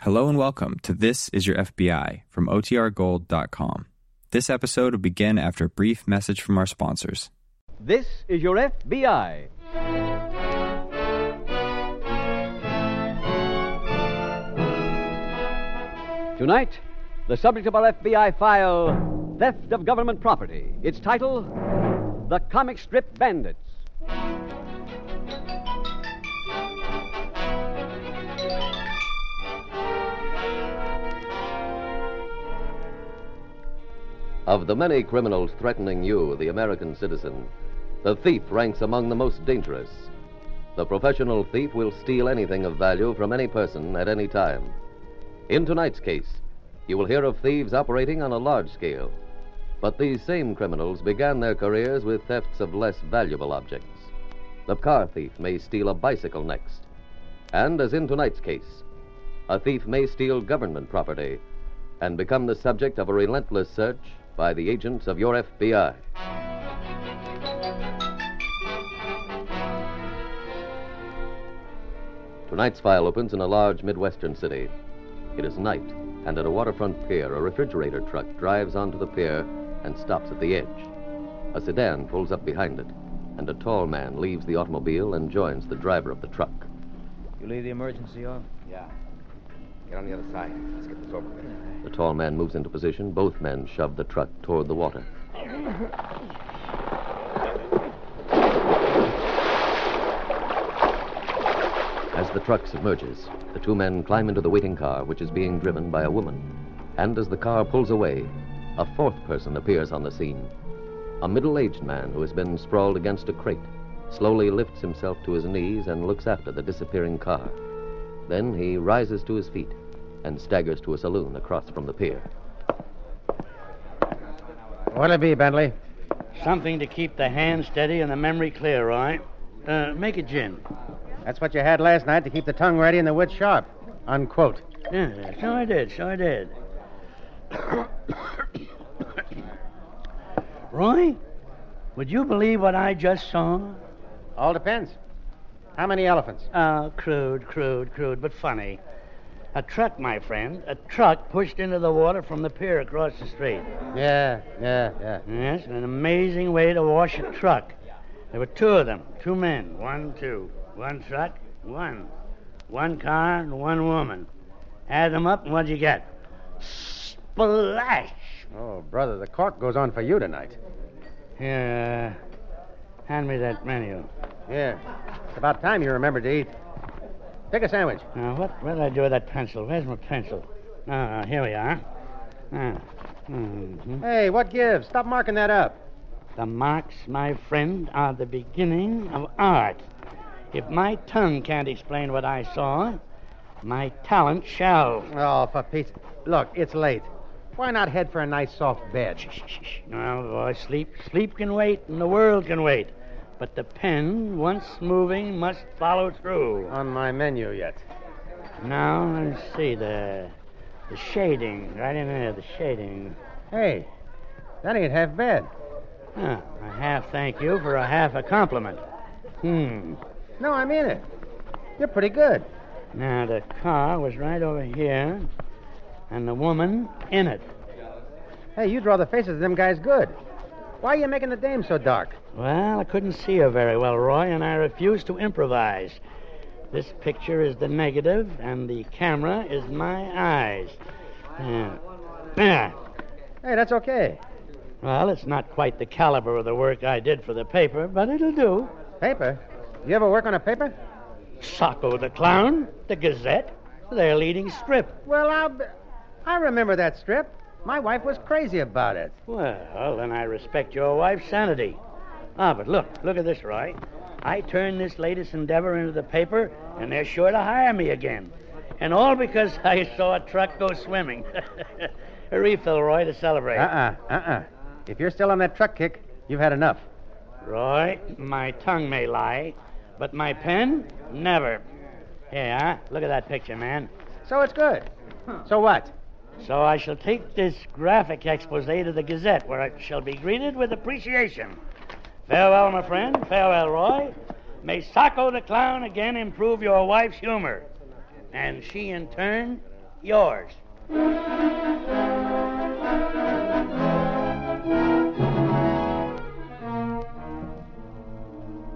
Hello and welcome to This Is Your FBI from OTRGold.com. This episode will begin after a brief message from our sponsors. This is your FBI. Tonight, the subject of our FBI file Theft of Government Property. Its title The Comic Strip Bandits. Of the many criminals threatening you, the American citizen, the thief ranks among the most dangerous. The professional thief will steal anything of value from any person at any time. In tonight's case, you will hear of thieves operating on a large scale. But these same criminals began their careers with thefts of less valuable objects. The car thief may steal a bicycle next. And as in tonight's case, a thief may steal government property and become the subject of a relentless search by the agents of your FBI. Tonight's file opens in a large Midwestern city. It is night, and at a waterfront pier, a refrigerator truck drives onto the pier and stops at the edge. A sedan pulls up behind it, and a tall man leaves the automobile and joins the driver of the truck. You leave the emergency off? Yeah. Get on the other side. Let's get this over with. The tall man moves into position. Both men shove the truck toward the water. As the truck submerges, the two men climb into the waiting car, which is being driven by a woman. And as the car pulls away, a fourth person appears on the scene. A middle aged man who has been sprawled against a crate slowly lifts himself to his knees and looks after the disappearing car. Then he rises to his feet and staggers to a saloon across from the pier. What'll it be, Bentley? Something to keep the hand steady and the memory clear, all right? Uh, make a gin. That's what you had last night to keep the tongue ready and the wit sharp. Unquote. Yeah, so I did, so I did. Roy, would you believe what I just saw? All depends. How many elephants? Oh, crude, crude, crude, but funny. A truck, my friend, a truck pushed into the water from the pier across the street. Yeah, yeah, yeah. Yes, an amazing way to wash a truck. There were two of them, two men. One, two. One truck, one. One car, and one woman. Add them up, and what'd you get? Splash! Oh, brother, the cork goes on for you tonight. Here, uh, hand me that menu. Yeah. It's about time you remembered to eat. Take a sandwich. Now, what, what did I do with that pencil? Where's my pencil? Ah, here we are. Ah. mhm. Hey, what gives? Stop marking that up. The marks, my friend, are the beginning of art. If my tongue can't explain what I saw, my talent shall. Oh, for Pete's... Look, it's late. Why not head for a nice soft bed? Now, boy, sleep, sleep can wait, and the world can wait. But the pen, once moving, must follow through. On my menu yet. Now, let's see the, the shading right in there. The shading. Hey, that ain't half bad. Huh, a half thank you for a half a compliment. Hmm. No, I mean it. You're pretty good. Now the car was right over here, and the woman in it. Hey, you draw the faces of them guys good. Why are you making the dame so dark? Well, I couldn't see her very well, Roy, and I refused to improvise. This picture is the negative, and the camera is my eyes. Yeah. Yeah. Hey, that's okay. Well, it's not quite the caliber of the work I did for the paper, but it'll do. Paper? You ever work on a paper? Socko the Clown, the Gazette, their leading strip. Well, I'll be... I remember that strip. My wife was crazy about it. Well, then I respect your wife's sanity. Ah, but look, look at this, Roy. I turned this latest endeavor into the paper, and they're sure to hire me again. And all because I saw a truck go swimming. a refill, Roy, to celebrate. Uh-uh, uh-uh. If you're still on that truck kick, you've had enough. Roy, my tongue may lie, but my pen, never. Yeah, look at that picture, man. So it's good. So what? So I shall take this graphic expose to the Gazette, where it shall be greeted with appreciation. Farewell, my friend. Farewell, Roy. May Sacco the clown again improve your wife's humor. And she, in turn, Yours.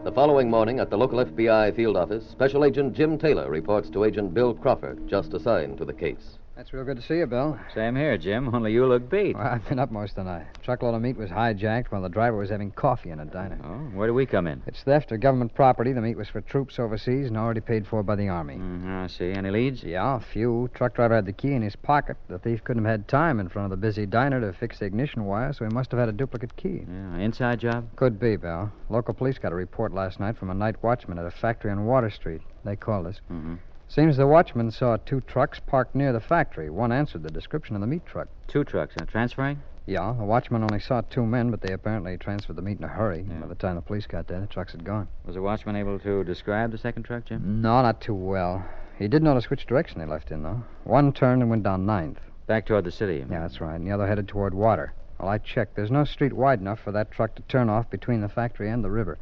The following morning at the local FBI field office, Special Agent Jim Taylor reports to Agent Bill Crawford, just assigned to the case. That's real good to see you, Bill. Same here, Jim, only you look beat. Well, I've been up most of the night. Truckload of meat was hijacked while the driver was having coffee in a diner. Oh, where do we come in? It's theft of government property. The meat was for troops overseas and already paid for by the Army. Mm, I see. Any leads? Yeah, a few. Truck driver had the key in his pocket. The thief couldn't have had time in front of the busy diner to fix the ignition wire, so he must have had a duplicate key. Yeah, inside job? Could be, Bill. Local police got a report last night from a night watchman at a factory on Water Street. They called us. Mm-hmm. Seems the watchman saw two trucks parked near the factory. One answered the description of the meat truck. Two trucks, huh? Transferring? Yeah, the watchman only saw two men, but they apparently transferred the meat in a hurry. Yeah. By the time the police got there, the trucks had gone. Was the watchman able to describe the second truck, Jim? No, not too well. He did notice which direction they left in, though. One turned and went down Ninth. Back toward the city. you mean? Yeah, that's right. And the other headed toward water. Well, I checked. There's no street wide enough for that truck to turn off between the factory and the river.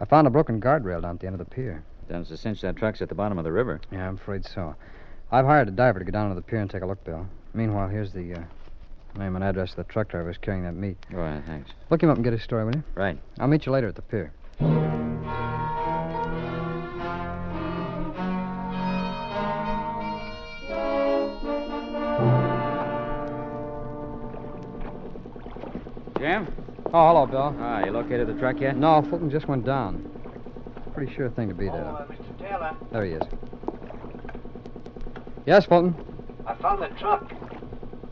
I found a broken guardrail down at the end of the pier. Then it's a cinch that truck's at the bottom of the river. Yeah, I'm afraid so. I've hired a diver to go down to the pier and take a look, Bill. Meanwhile, here's the uh, name and address of the truck driver who's carrying that meat. All right, thanks. Look him up and get his story, will you? Right. I'll meet you later at the pier. Jim? Oh, hello, Bill. Ah, you located the truck yet? No, Fulton just went down. Pretty sure thing to be there. though. Mr. Oh, Taylor, There he is. Yes, Fulton. I found the truck.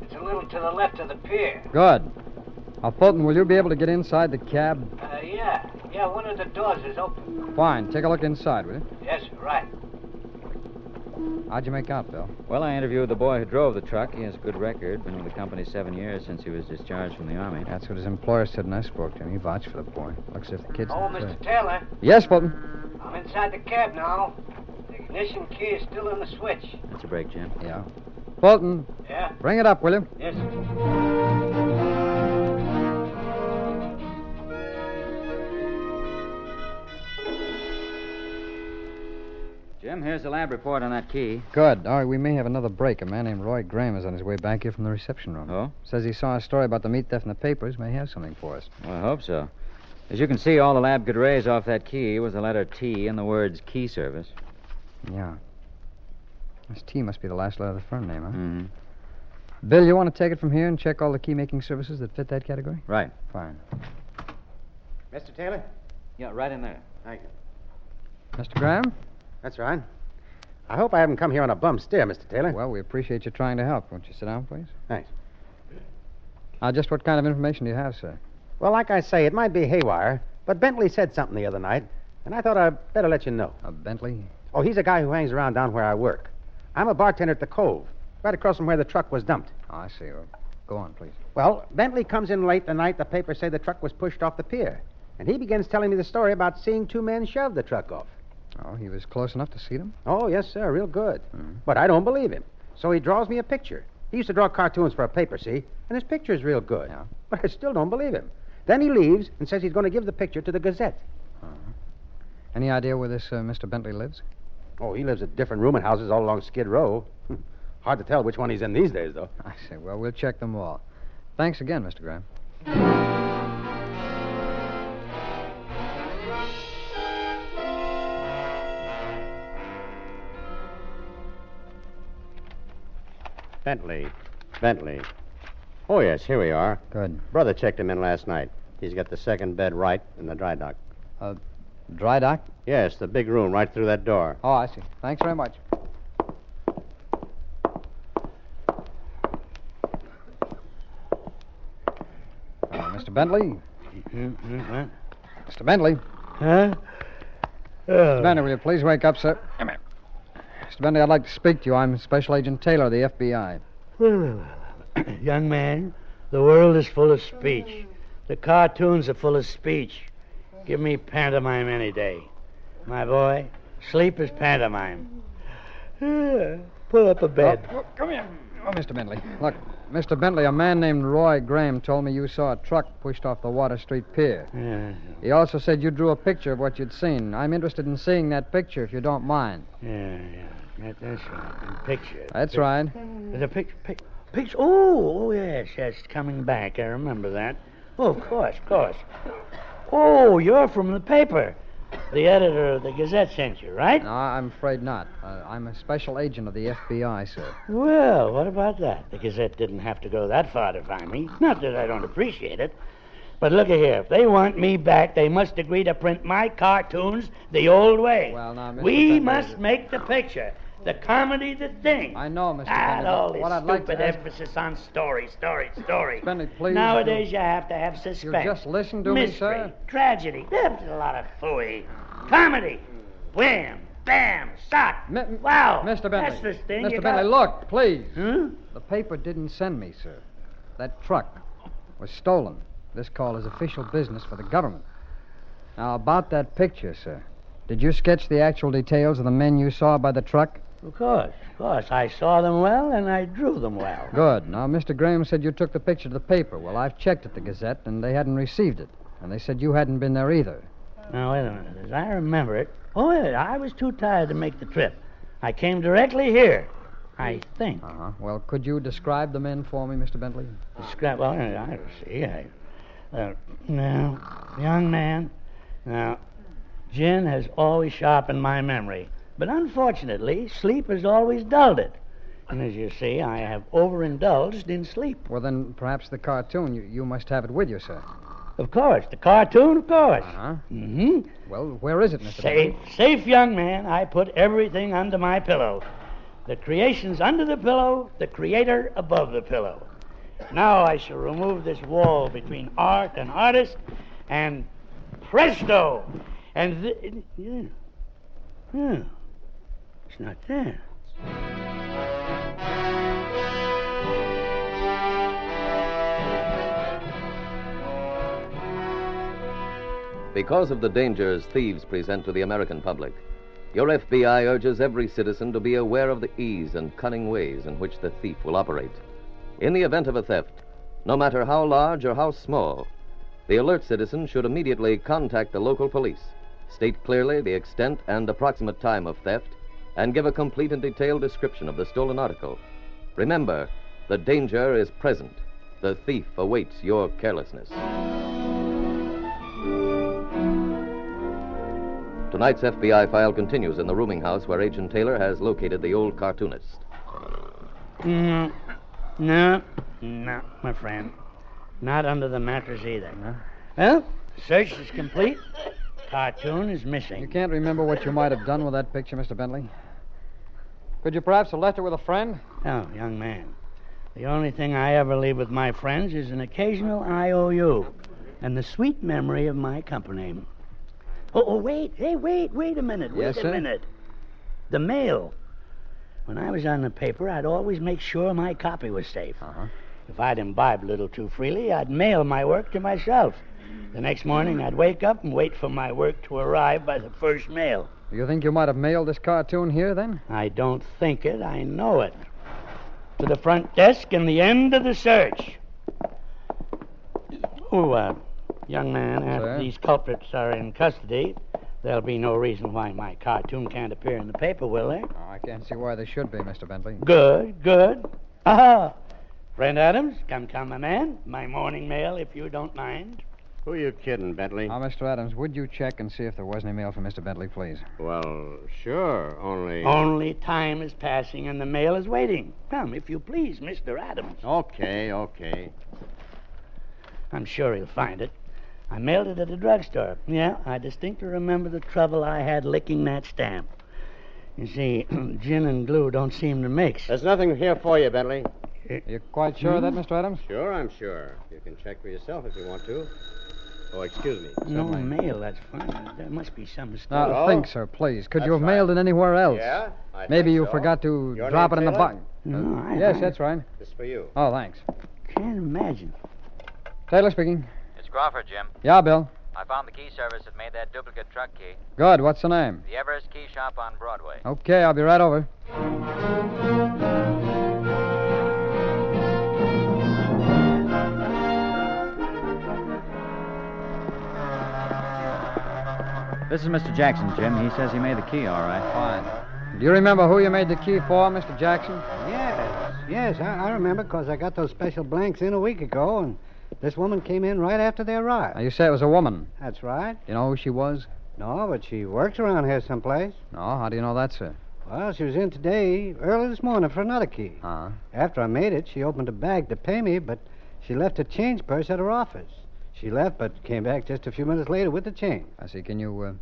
It's a little to the left of the pier. Good. Now, Fulton, will you be able to get inside the cab? Uh, yeah, yeah, one of the doors is open. Fine. Take a look inside, will you? Yes, right. How'd you make out, Bill? Well, I interviewed the boy who drove the truck. He has a good record. Been with the company seven years since he was discharged from the Army. That's what his employer said, and I spoke to him. He vouched for the boy. Looks as if the kid's. Oh, not Mr. there. Taylor, Yes, Fulton. I'm inside the cab now. The ignition key is still in the switch. That's a break, Jim. Yeah. Fulton, Yeah? bring it up, will you? Yes. Jim, here's the lab report on that key. Good. All right, we may have another break. A man named Roy Graham is on his way back here from the reception room. Oh? Says he saw a story about the meat theft in the papers. May have something for us. Well, I hope so. As you can see, all the lab could raise off that key was the letter T and the words key service. Yeah. This T must be the last letter of the firm name, huh? Mm-hmm. Bill, you want to take it from here and check all the key making services that fit that category? Right. Fine. Mr. Taylor? Yeah, right in there. Thank you. Mr. Graham? That's right. I hope I haven't come here on a bum steer, Mr. Taylor. Well, we appreciate you trying to help. Won't you sit down, please? Thanks. Uh, just what kind of information do you have, sir? Well, like I say, it might be haywire, but Bentley said something the other night, and I thought I'd better let you know. A Bentley? Oh, he's a guy who hangs around down where I work. I'm a bartender at the Cove, right across from where the truck was dumped. Oh, I see. Well, go on, please. Well, Bentley comes in late the night the papers say the truck was pushed off the pier, and he begins telling me the story about seeing two men shove the truck off. Oh, he was close enough to see them? Oh, yes, sir, real good. But I don't believe him. So he draws me a picture. He used to draw cartoons for a paper, see? And his picture's real good. Yeah. But I still don't believe him. Then he leaves and says he's going to give the picture to the Gazette. Any idea where this uh, Mr. Bentley lives? Oh, he lives at different rooming houses all along Skid Row. Hard to tell which one he's in these days, though. I see. Well, we'll check them all. Thanks again, Mr. Graham. Bentley. Bentley. Oh, yes, here we are. Good. Brother checked him in last night. He's got the second bed right in the dry dock. Dry dock? Yes, the big room right through that door. Oh, I see. Thanks very much. Uh, Mr. Bentley? Mr. Bentley? Huh? Mr. Bentley, will you please wake up, sir? Come here. Mr. Bentley, I'd like to speak to you. I'm Special Agent Taylor of the FBI. Young man, the world is full of speech. The cartoons are full of speech. Give me pantomime any day. My boy, sleep is pantomime. Yeah, Pull up a bed. Oh, come here. Oh, Mr. Bentley. Look, Mr. Bentley, a man named Roy Graham told me you saw a truck pushed off the Water Street Pier. Oh. Yeah, He also said you drew a picture of what you'd seen. I'm interested in seeing that picture, if you don't mind. yeah, yeah. That- That's right. The picture. That's Pic- right. There's a picture. Pic- picture. Oh, oh yes, yes. It's coming back. I remember that. Oh, of course, of course. Oh, you're from the paper. The editor of the Gazette sent you, right? No, I'm afraid not. Uh, I'm a special agent of the FBI, sir. Well, what about that? The Gazette didn't have to go that far to find me. Not that I don't appreciate it. But look at here. If they want me back, they must agree to print my cartoons the old way. Well, now, Mr. we Bentley- must make the picture, the comedy, the thing. I know, Mr. Ah, Bentley, all but this what I'd like stupid to ask- emphasis on story, story, story. Bentley, please, Nowadays, you- you have to have suspense. just listen to me, mystery, sir. Tragedy. There's a lot of fooey. Comedy. Wham, bam, shot. Mi- m- wow. Mr. That's Bentley. the thing. you Mr. got- Bentley, look, please. Huh? The paper didn't send me, sir. That truck was stolen. This call is official business for the government. Now, about that picture, sir. Did you sketch the actual details of the men you saw by the truck? Of course, of course. I saw them well, and I drew them well. Good. Now, Mr. Graham said you took the picture to the paper. Well, I've checked at the Gazette, and they hadn't received it. And they said you hadn't been there either. Now, wait a minute. As I remember it, oh, yeah, I was too tired to make the trip. I came directly here, I think. Uh Uh-huh. huh. Well, could you describe the men for me, Mr. Bentley? Describe, well, I don't see. I, uh, now, young man, now, gin has always sharpened my memory, but unfortunately, sleep has always dulled it. And as you see, I have overindulged in sleep. Well, then perhaps the cartoon. You, you must have it with you, sir. Of course, the cartoon, of course. Uh-huh. Mm-hmm. Well, where is it, Mr. Safe, Bentley? safe young man, I put everything under my pillow. The creation's under the pillow, the creator above the pillow. Now I shall remove this wall between art and artist, and presto! And. Th- yeah. Yeah. It's not there. Because of the dangers thieves present to the American public, your FBI urges every citizen to be aware of the ease and cunning ways in which the thief will operate. In the event of a theft, no matter how large or how small, the alert citizen should immediately contact the local police, state clearly the extent and approximate time of theft, and give a complete and detailed description of the stolen article. Remember, the danger is present. The thief awaits your carelessness. Tonight's FBI file continues in the rooming house where Agent Taylor has located the old cartoonist. No, Mm, no, no, my friend. Not under the mattress either. Well, search is complete. Cartoon is missing. You can't remember what you might have done with that picture, Mr. Bentley? Could you perhaps have left it with a friend? No, Oh, young man. The only thing I ever leave with my friends is an occasional IOU and the sweet memory of my company. Oh, oh wait. Hey, wait, wait a minute. Wait Yes, a sir? minute. The mail. When I was on the paper, I'd always make sure my copy was safe. Uh-huh. If I'd imbibed a little too freely, I'd mail my work to myself. The next morning, I'd wake up and wait for my work to arrive by the first mail. Do you think you might have mailed this cartoon here, then? I don't think it, I know it. To the front desk and the end of the search. Oh, uh, young man, after Sir? these culprits are in custody, there'll be no reason why my cartoon can't appear in the paper, will there? Oh, I can't see why they should be, Mr. Bentley. Good, good. Ah, friend Adams, come, come, my man. My morning mail, if you don't mind. Who are you kidding, Bentley? Now, Mr. Adams, would you check and see if there was any mail for Mr. Bentley, please? Well, sure, only. Only time is passing and the mail is waiting. Come, if you please, Mr. Adams. Okay, okay. I'm sure he'll find it. I mailed it at the drugstore. Yeah, I distinctly remember the trouble I had licking that stamp. You see, gin and glue don't seem to mix. There's nothing here for you, Bentley. You quite sure of Hmm? that, Mr. Adams? Sure, I'm sure. You can check for yourself if you want to. Oh, excuse me. no certainly. mail, that's fine. There must be some mistake. Now, Hello? think, sir, please. Could you have Oh. That's mailed right. it anywhere Oh, else? Yeah? I Maybe think you so. forgot to Your drop it name, in the Taylor? box. no, I, Yes, I that's right. This is for you. Oh, thanks. can't imagine. Taylor speaking. It's Crawford, Jim. Yeah, Bill. I found the key service that made that duplicate truck key. Good. What's the name? The Everest Key Shop on Broadway. Okay, I'll be right over. This is Mr. Jackson, Jim. He says he made the key, all right. Fine. Do you remember who you made the key for, Mr. Jackson? Yes, yes, I, I remember because I got those special blanks in a week ago, and this woman came in right after they arrived. Now, you say it was a woman. That's right. You know who she was? No, but she works around here someplace. No, how do you know that, sir? Well, she was in today, early this morning, for another key. Huh? After I made it, she opened a bag to pay me, but she left her change purse at her office. She left, but came back just a few minutes later with the change. I see. Can you uh,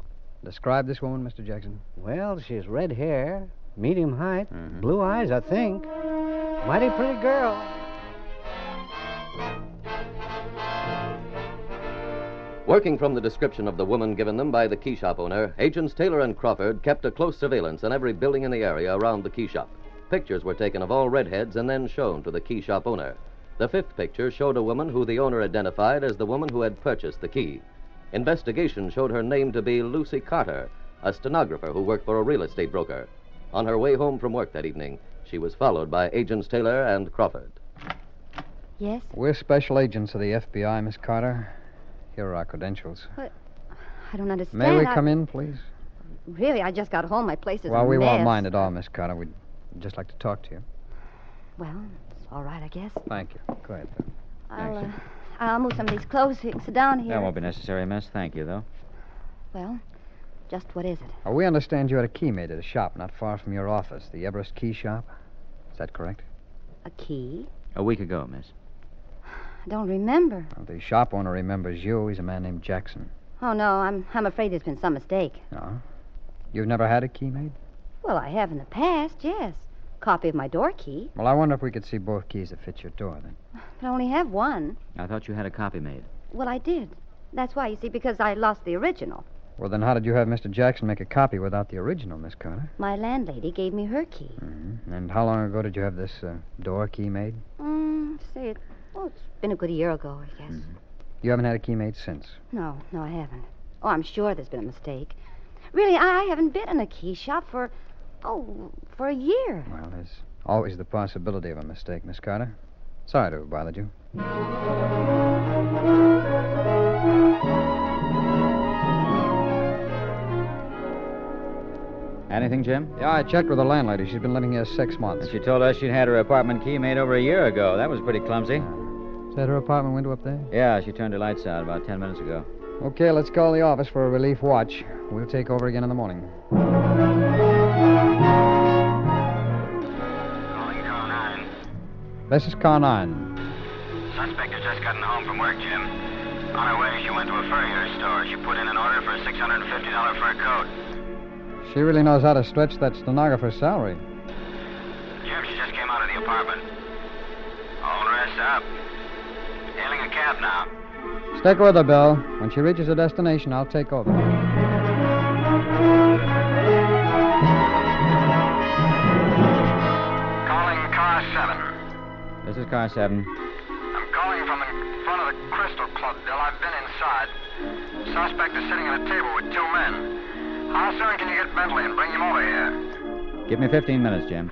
describe this woman, Mr. Jackson? Well, she has red hair, medium height, Mm-hmm. blue eyes, I think. Mighty pretty girl. Working from the description of the woman given them by the key shop owner, agents Taylor and Crawford kept a close surveillance on every building in the area around the key shop. Pictures were taken of all redheads and then shown to the key shop owner. The fifth picture showed a woman who the owner identified as the woman who had purchased the key. Investigation showed her name to be Lucy Carter, a stenographer who worked for a real estate broker. On her way home from work that evening, she was followed by agents Taylor and Crawford. Yes? We're special agents of the FBI, Miss Carter. Here are our credentials. I don't understand. May we I- come in, please? Really, I just got home. My place is well, a we won't mess. mind at all, Miss Carter. We'd just like to talk to you. Well, it's all right, I guess. Thank you. Go ahead. then. I'll, uh, I'll move some of these clothes so you can sit down here. That won't be necessary, miss. Thank you, though. Well, just what is it? Uh, we understand you had a key made at a shop not far from your office, the Everest Key Shop. Is that correct? A key? A week ago, miss. I don't remember. Well, the shop owner remembers you. He's a man named Jackson. Oh, no, I'm, I'm afraid there's been some mistake. No? You've never had a key made? Well, I have in the past, yes. Copy of my door key. Well, I wonder if we could see both keys that fit your door, then. But I only have one. I thought you had a copy made. Well, I did. That's why, you see, because I lost the original. Well, then how did you have Mr. Jackson make a copy without the original, Miss Carter? My landlady gave me her key. Mm-hmm. And how long ago did you have this uh, door key made? Mm, see, it, oh, it's been a good year ago, I guess. Mm-hmm. You haven't had a key made since. No, no, I haven't. Oh, I'm sure there's been a mistake. Really, I, I haven't been in a key shop for, oh, for a year. Well, there's always the possibility of a mistake, Miss Carter. Sorry to have bothered you. Anything, Jim? Yeah, I checked with the landlady. She's been living here six months. And she told us she'd had her apartment key made over a year ago. That was pretty clumsy. Is that her apartment window up there? Yeah, she turned her lights out about ten minutes ago. Okay, let's call the office for a relief watch. We'll take over again in the morning. Oh, This is car nine. Suspect has just gotten home from work, Jim. On her way, she went to a furrier store. She put in an order for a $650 fur coat. She really knows how to stretch that stenographer's salary. Jim, she just came out of the apartment. All dressed up. Hailing a cab now. Stick with her, Bill. When she reaches her destination, I'll take over. Calling car 7. This is car seven. I'm calling from in front of the Crystal Club, Bill. I've been inside. Suspect is sitting at a table with two men. How soon can you get Bentley and bring him over here? Give me 15 minutes, Jim.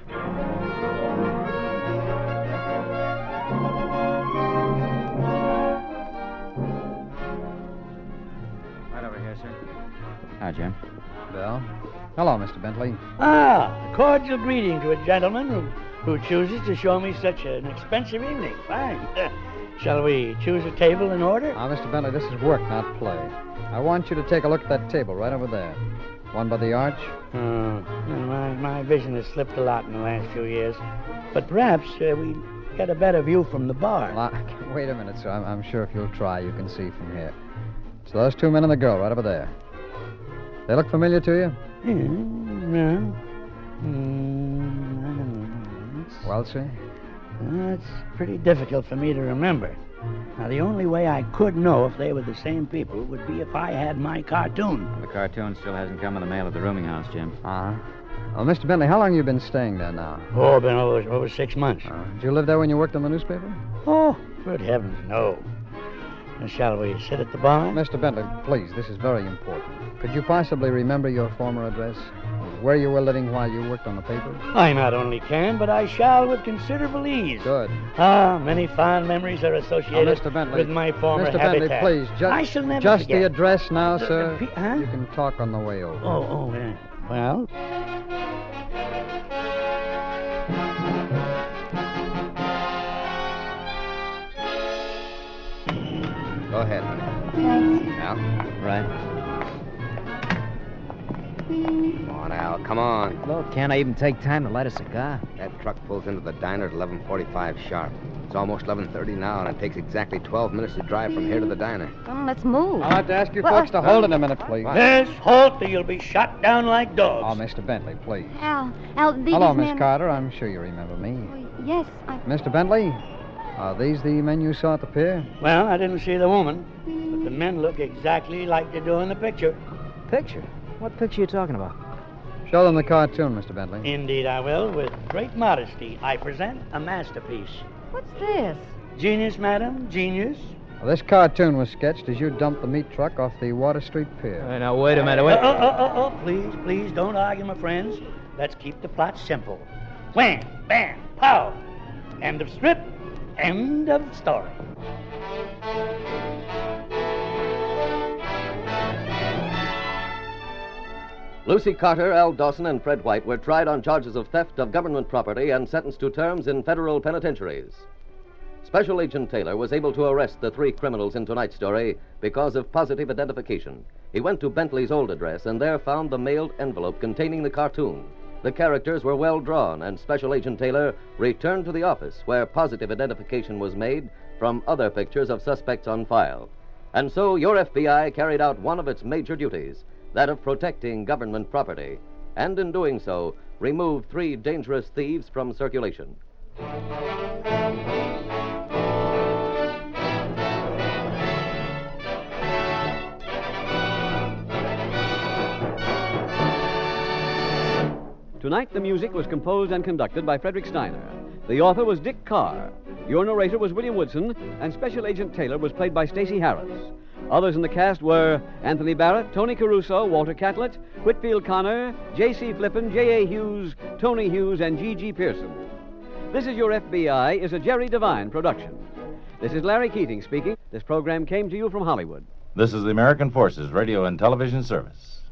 Right over here, sir. Hi, Jim. Bill? Hello, Mr. Bentley. Ah, a cordial greeting to a gentleman who, who chooses to show me such an expensive evening. Fine. Shall we choose a table and order? Now, Mr. Bentley, Ah, this is work, not play. I want you to take a look at that table right over there. One by the arch. Hmm. My, my vision has slipped a lot in the last few years. But perhaps uh, we get a better view from the bar. Wait a minute, sir. I'm, I'm sure if you'll try, you can see from here. So those two men and the girl right over there. They look familiar to you? Hmm, well, hmm, I don't know. It's- Well, sir? Uh, it's pretty difficult for me to remember. Now, the only way I could know if they were the same people would be if I had my cartoon. The cartoon still hasn't come in the mail at the rooming house, Jim. Ah. Uh-huh. Oh, Mr. Bentley, how long have you been staying there now? Uh, Oh, been over, over six months. Did you live there when you worked on the newspaper? Oh, good heavens, no. Now, shall we sit at the bar? Mr. Bentley, please, this is very important. Could you possibly remember your former address? Where you were living while you worked on the paper? I not only can, but I shall with considerable ease. Good. Ah, many fond memories are associated Now, Mr. Bentley. with my former Mr. habitat. Bentley, please, just, I shall never just forget. Oh, the address now, The- sir. the pe- huh? eh. You can talk on the way over. Oh, oh, yeah. Well? ahead, honey. Thanks. Al? Right. Come on, Al. Come on. Look, can't I even take time to light a cigar? That truck pulls into the diner at 11:45 sharp. It's almost 11:30 now, and it takes exactly 12 minutes to drive from here to the diner. Well, let's move. I'll have to ask you Well, folks to hold it a minute, please. Miss Holt, or you'll be shot down like dogs. Oh, Mr. Bentley, please. Al, Al, these Hello, men... Oh, Miss Carter. I'm sure you remember me. Yes, I... Mr. Bentley, are these the men you saw at the pier? Well, I didn't see the woman, but the men look exactly like they do in the picture. Picture? What picture are you talking about? Show them the cartoon, Mr. Bentley. Indeed, I will. With great modesty, I present a masterpiece. What's this? Genius, madam, genius. Well, this cartoon was sketched as you dumped the meat truck off the Water Street Pier. now, wait a minute. Oh, Wait. oh, oh, oh, oh, please, please, don't argue, my friends. Let's keep the plot simple. Wham, bam, pow. End of strip, end of story. Lucy Carter, Al Dawson, and Fred White were tried on charges of theft of government property and sentenced to terms in federal penitentiaries. Special Agent Taylor was able to arrest the three criminals in tonight's story because of positive identification. He went to Bentley's old address and there found the mailed envelope containing the cartoon. The characters were well drawn, and Special Agent Taylor returned to the office where positive identification was made from other pictures of suspects on file. And so your FBI carried out one of its major duties that of protecting government property, and in doing so, removed three dangerous thieves from circulation. Tonight, the music was composed and conducted by Frederick Steiner. The author was Dick Carr. Your narrator was William Woodson, and Special Agent Taylor was played by Stacey Harris. Others in the cast were Anthony Barrett, Tony Caruso, Walter Catlett, Whitfield Connor, J.C. Flippin, J.A. Hughes, Tony Hughes, and G.G. Pearson. This is Your FBI is a Jerry Devine production. This is Larry Keating speaking. This program came to you from Hollywood. This is the American Forces Radio and Television Service.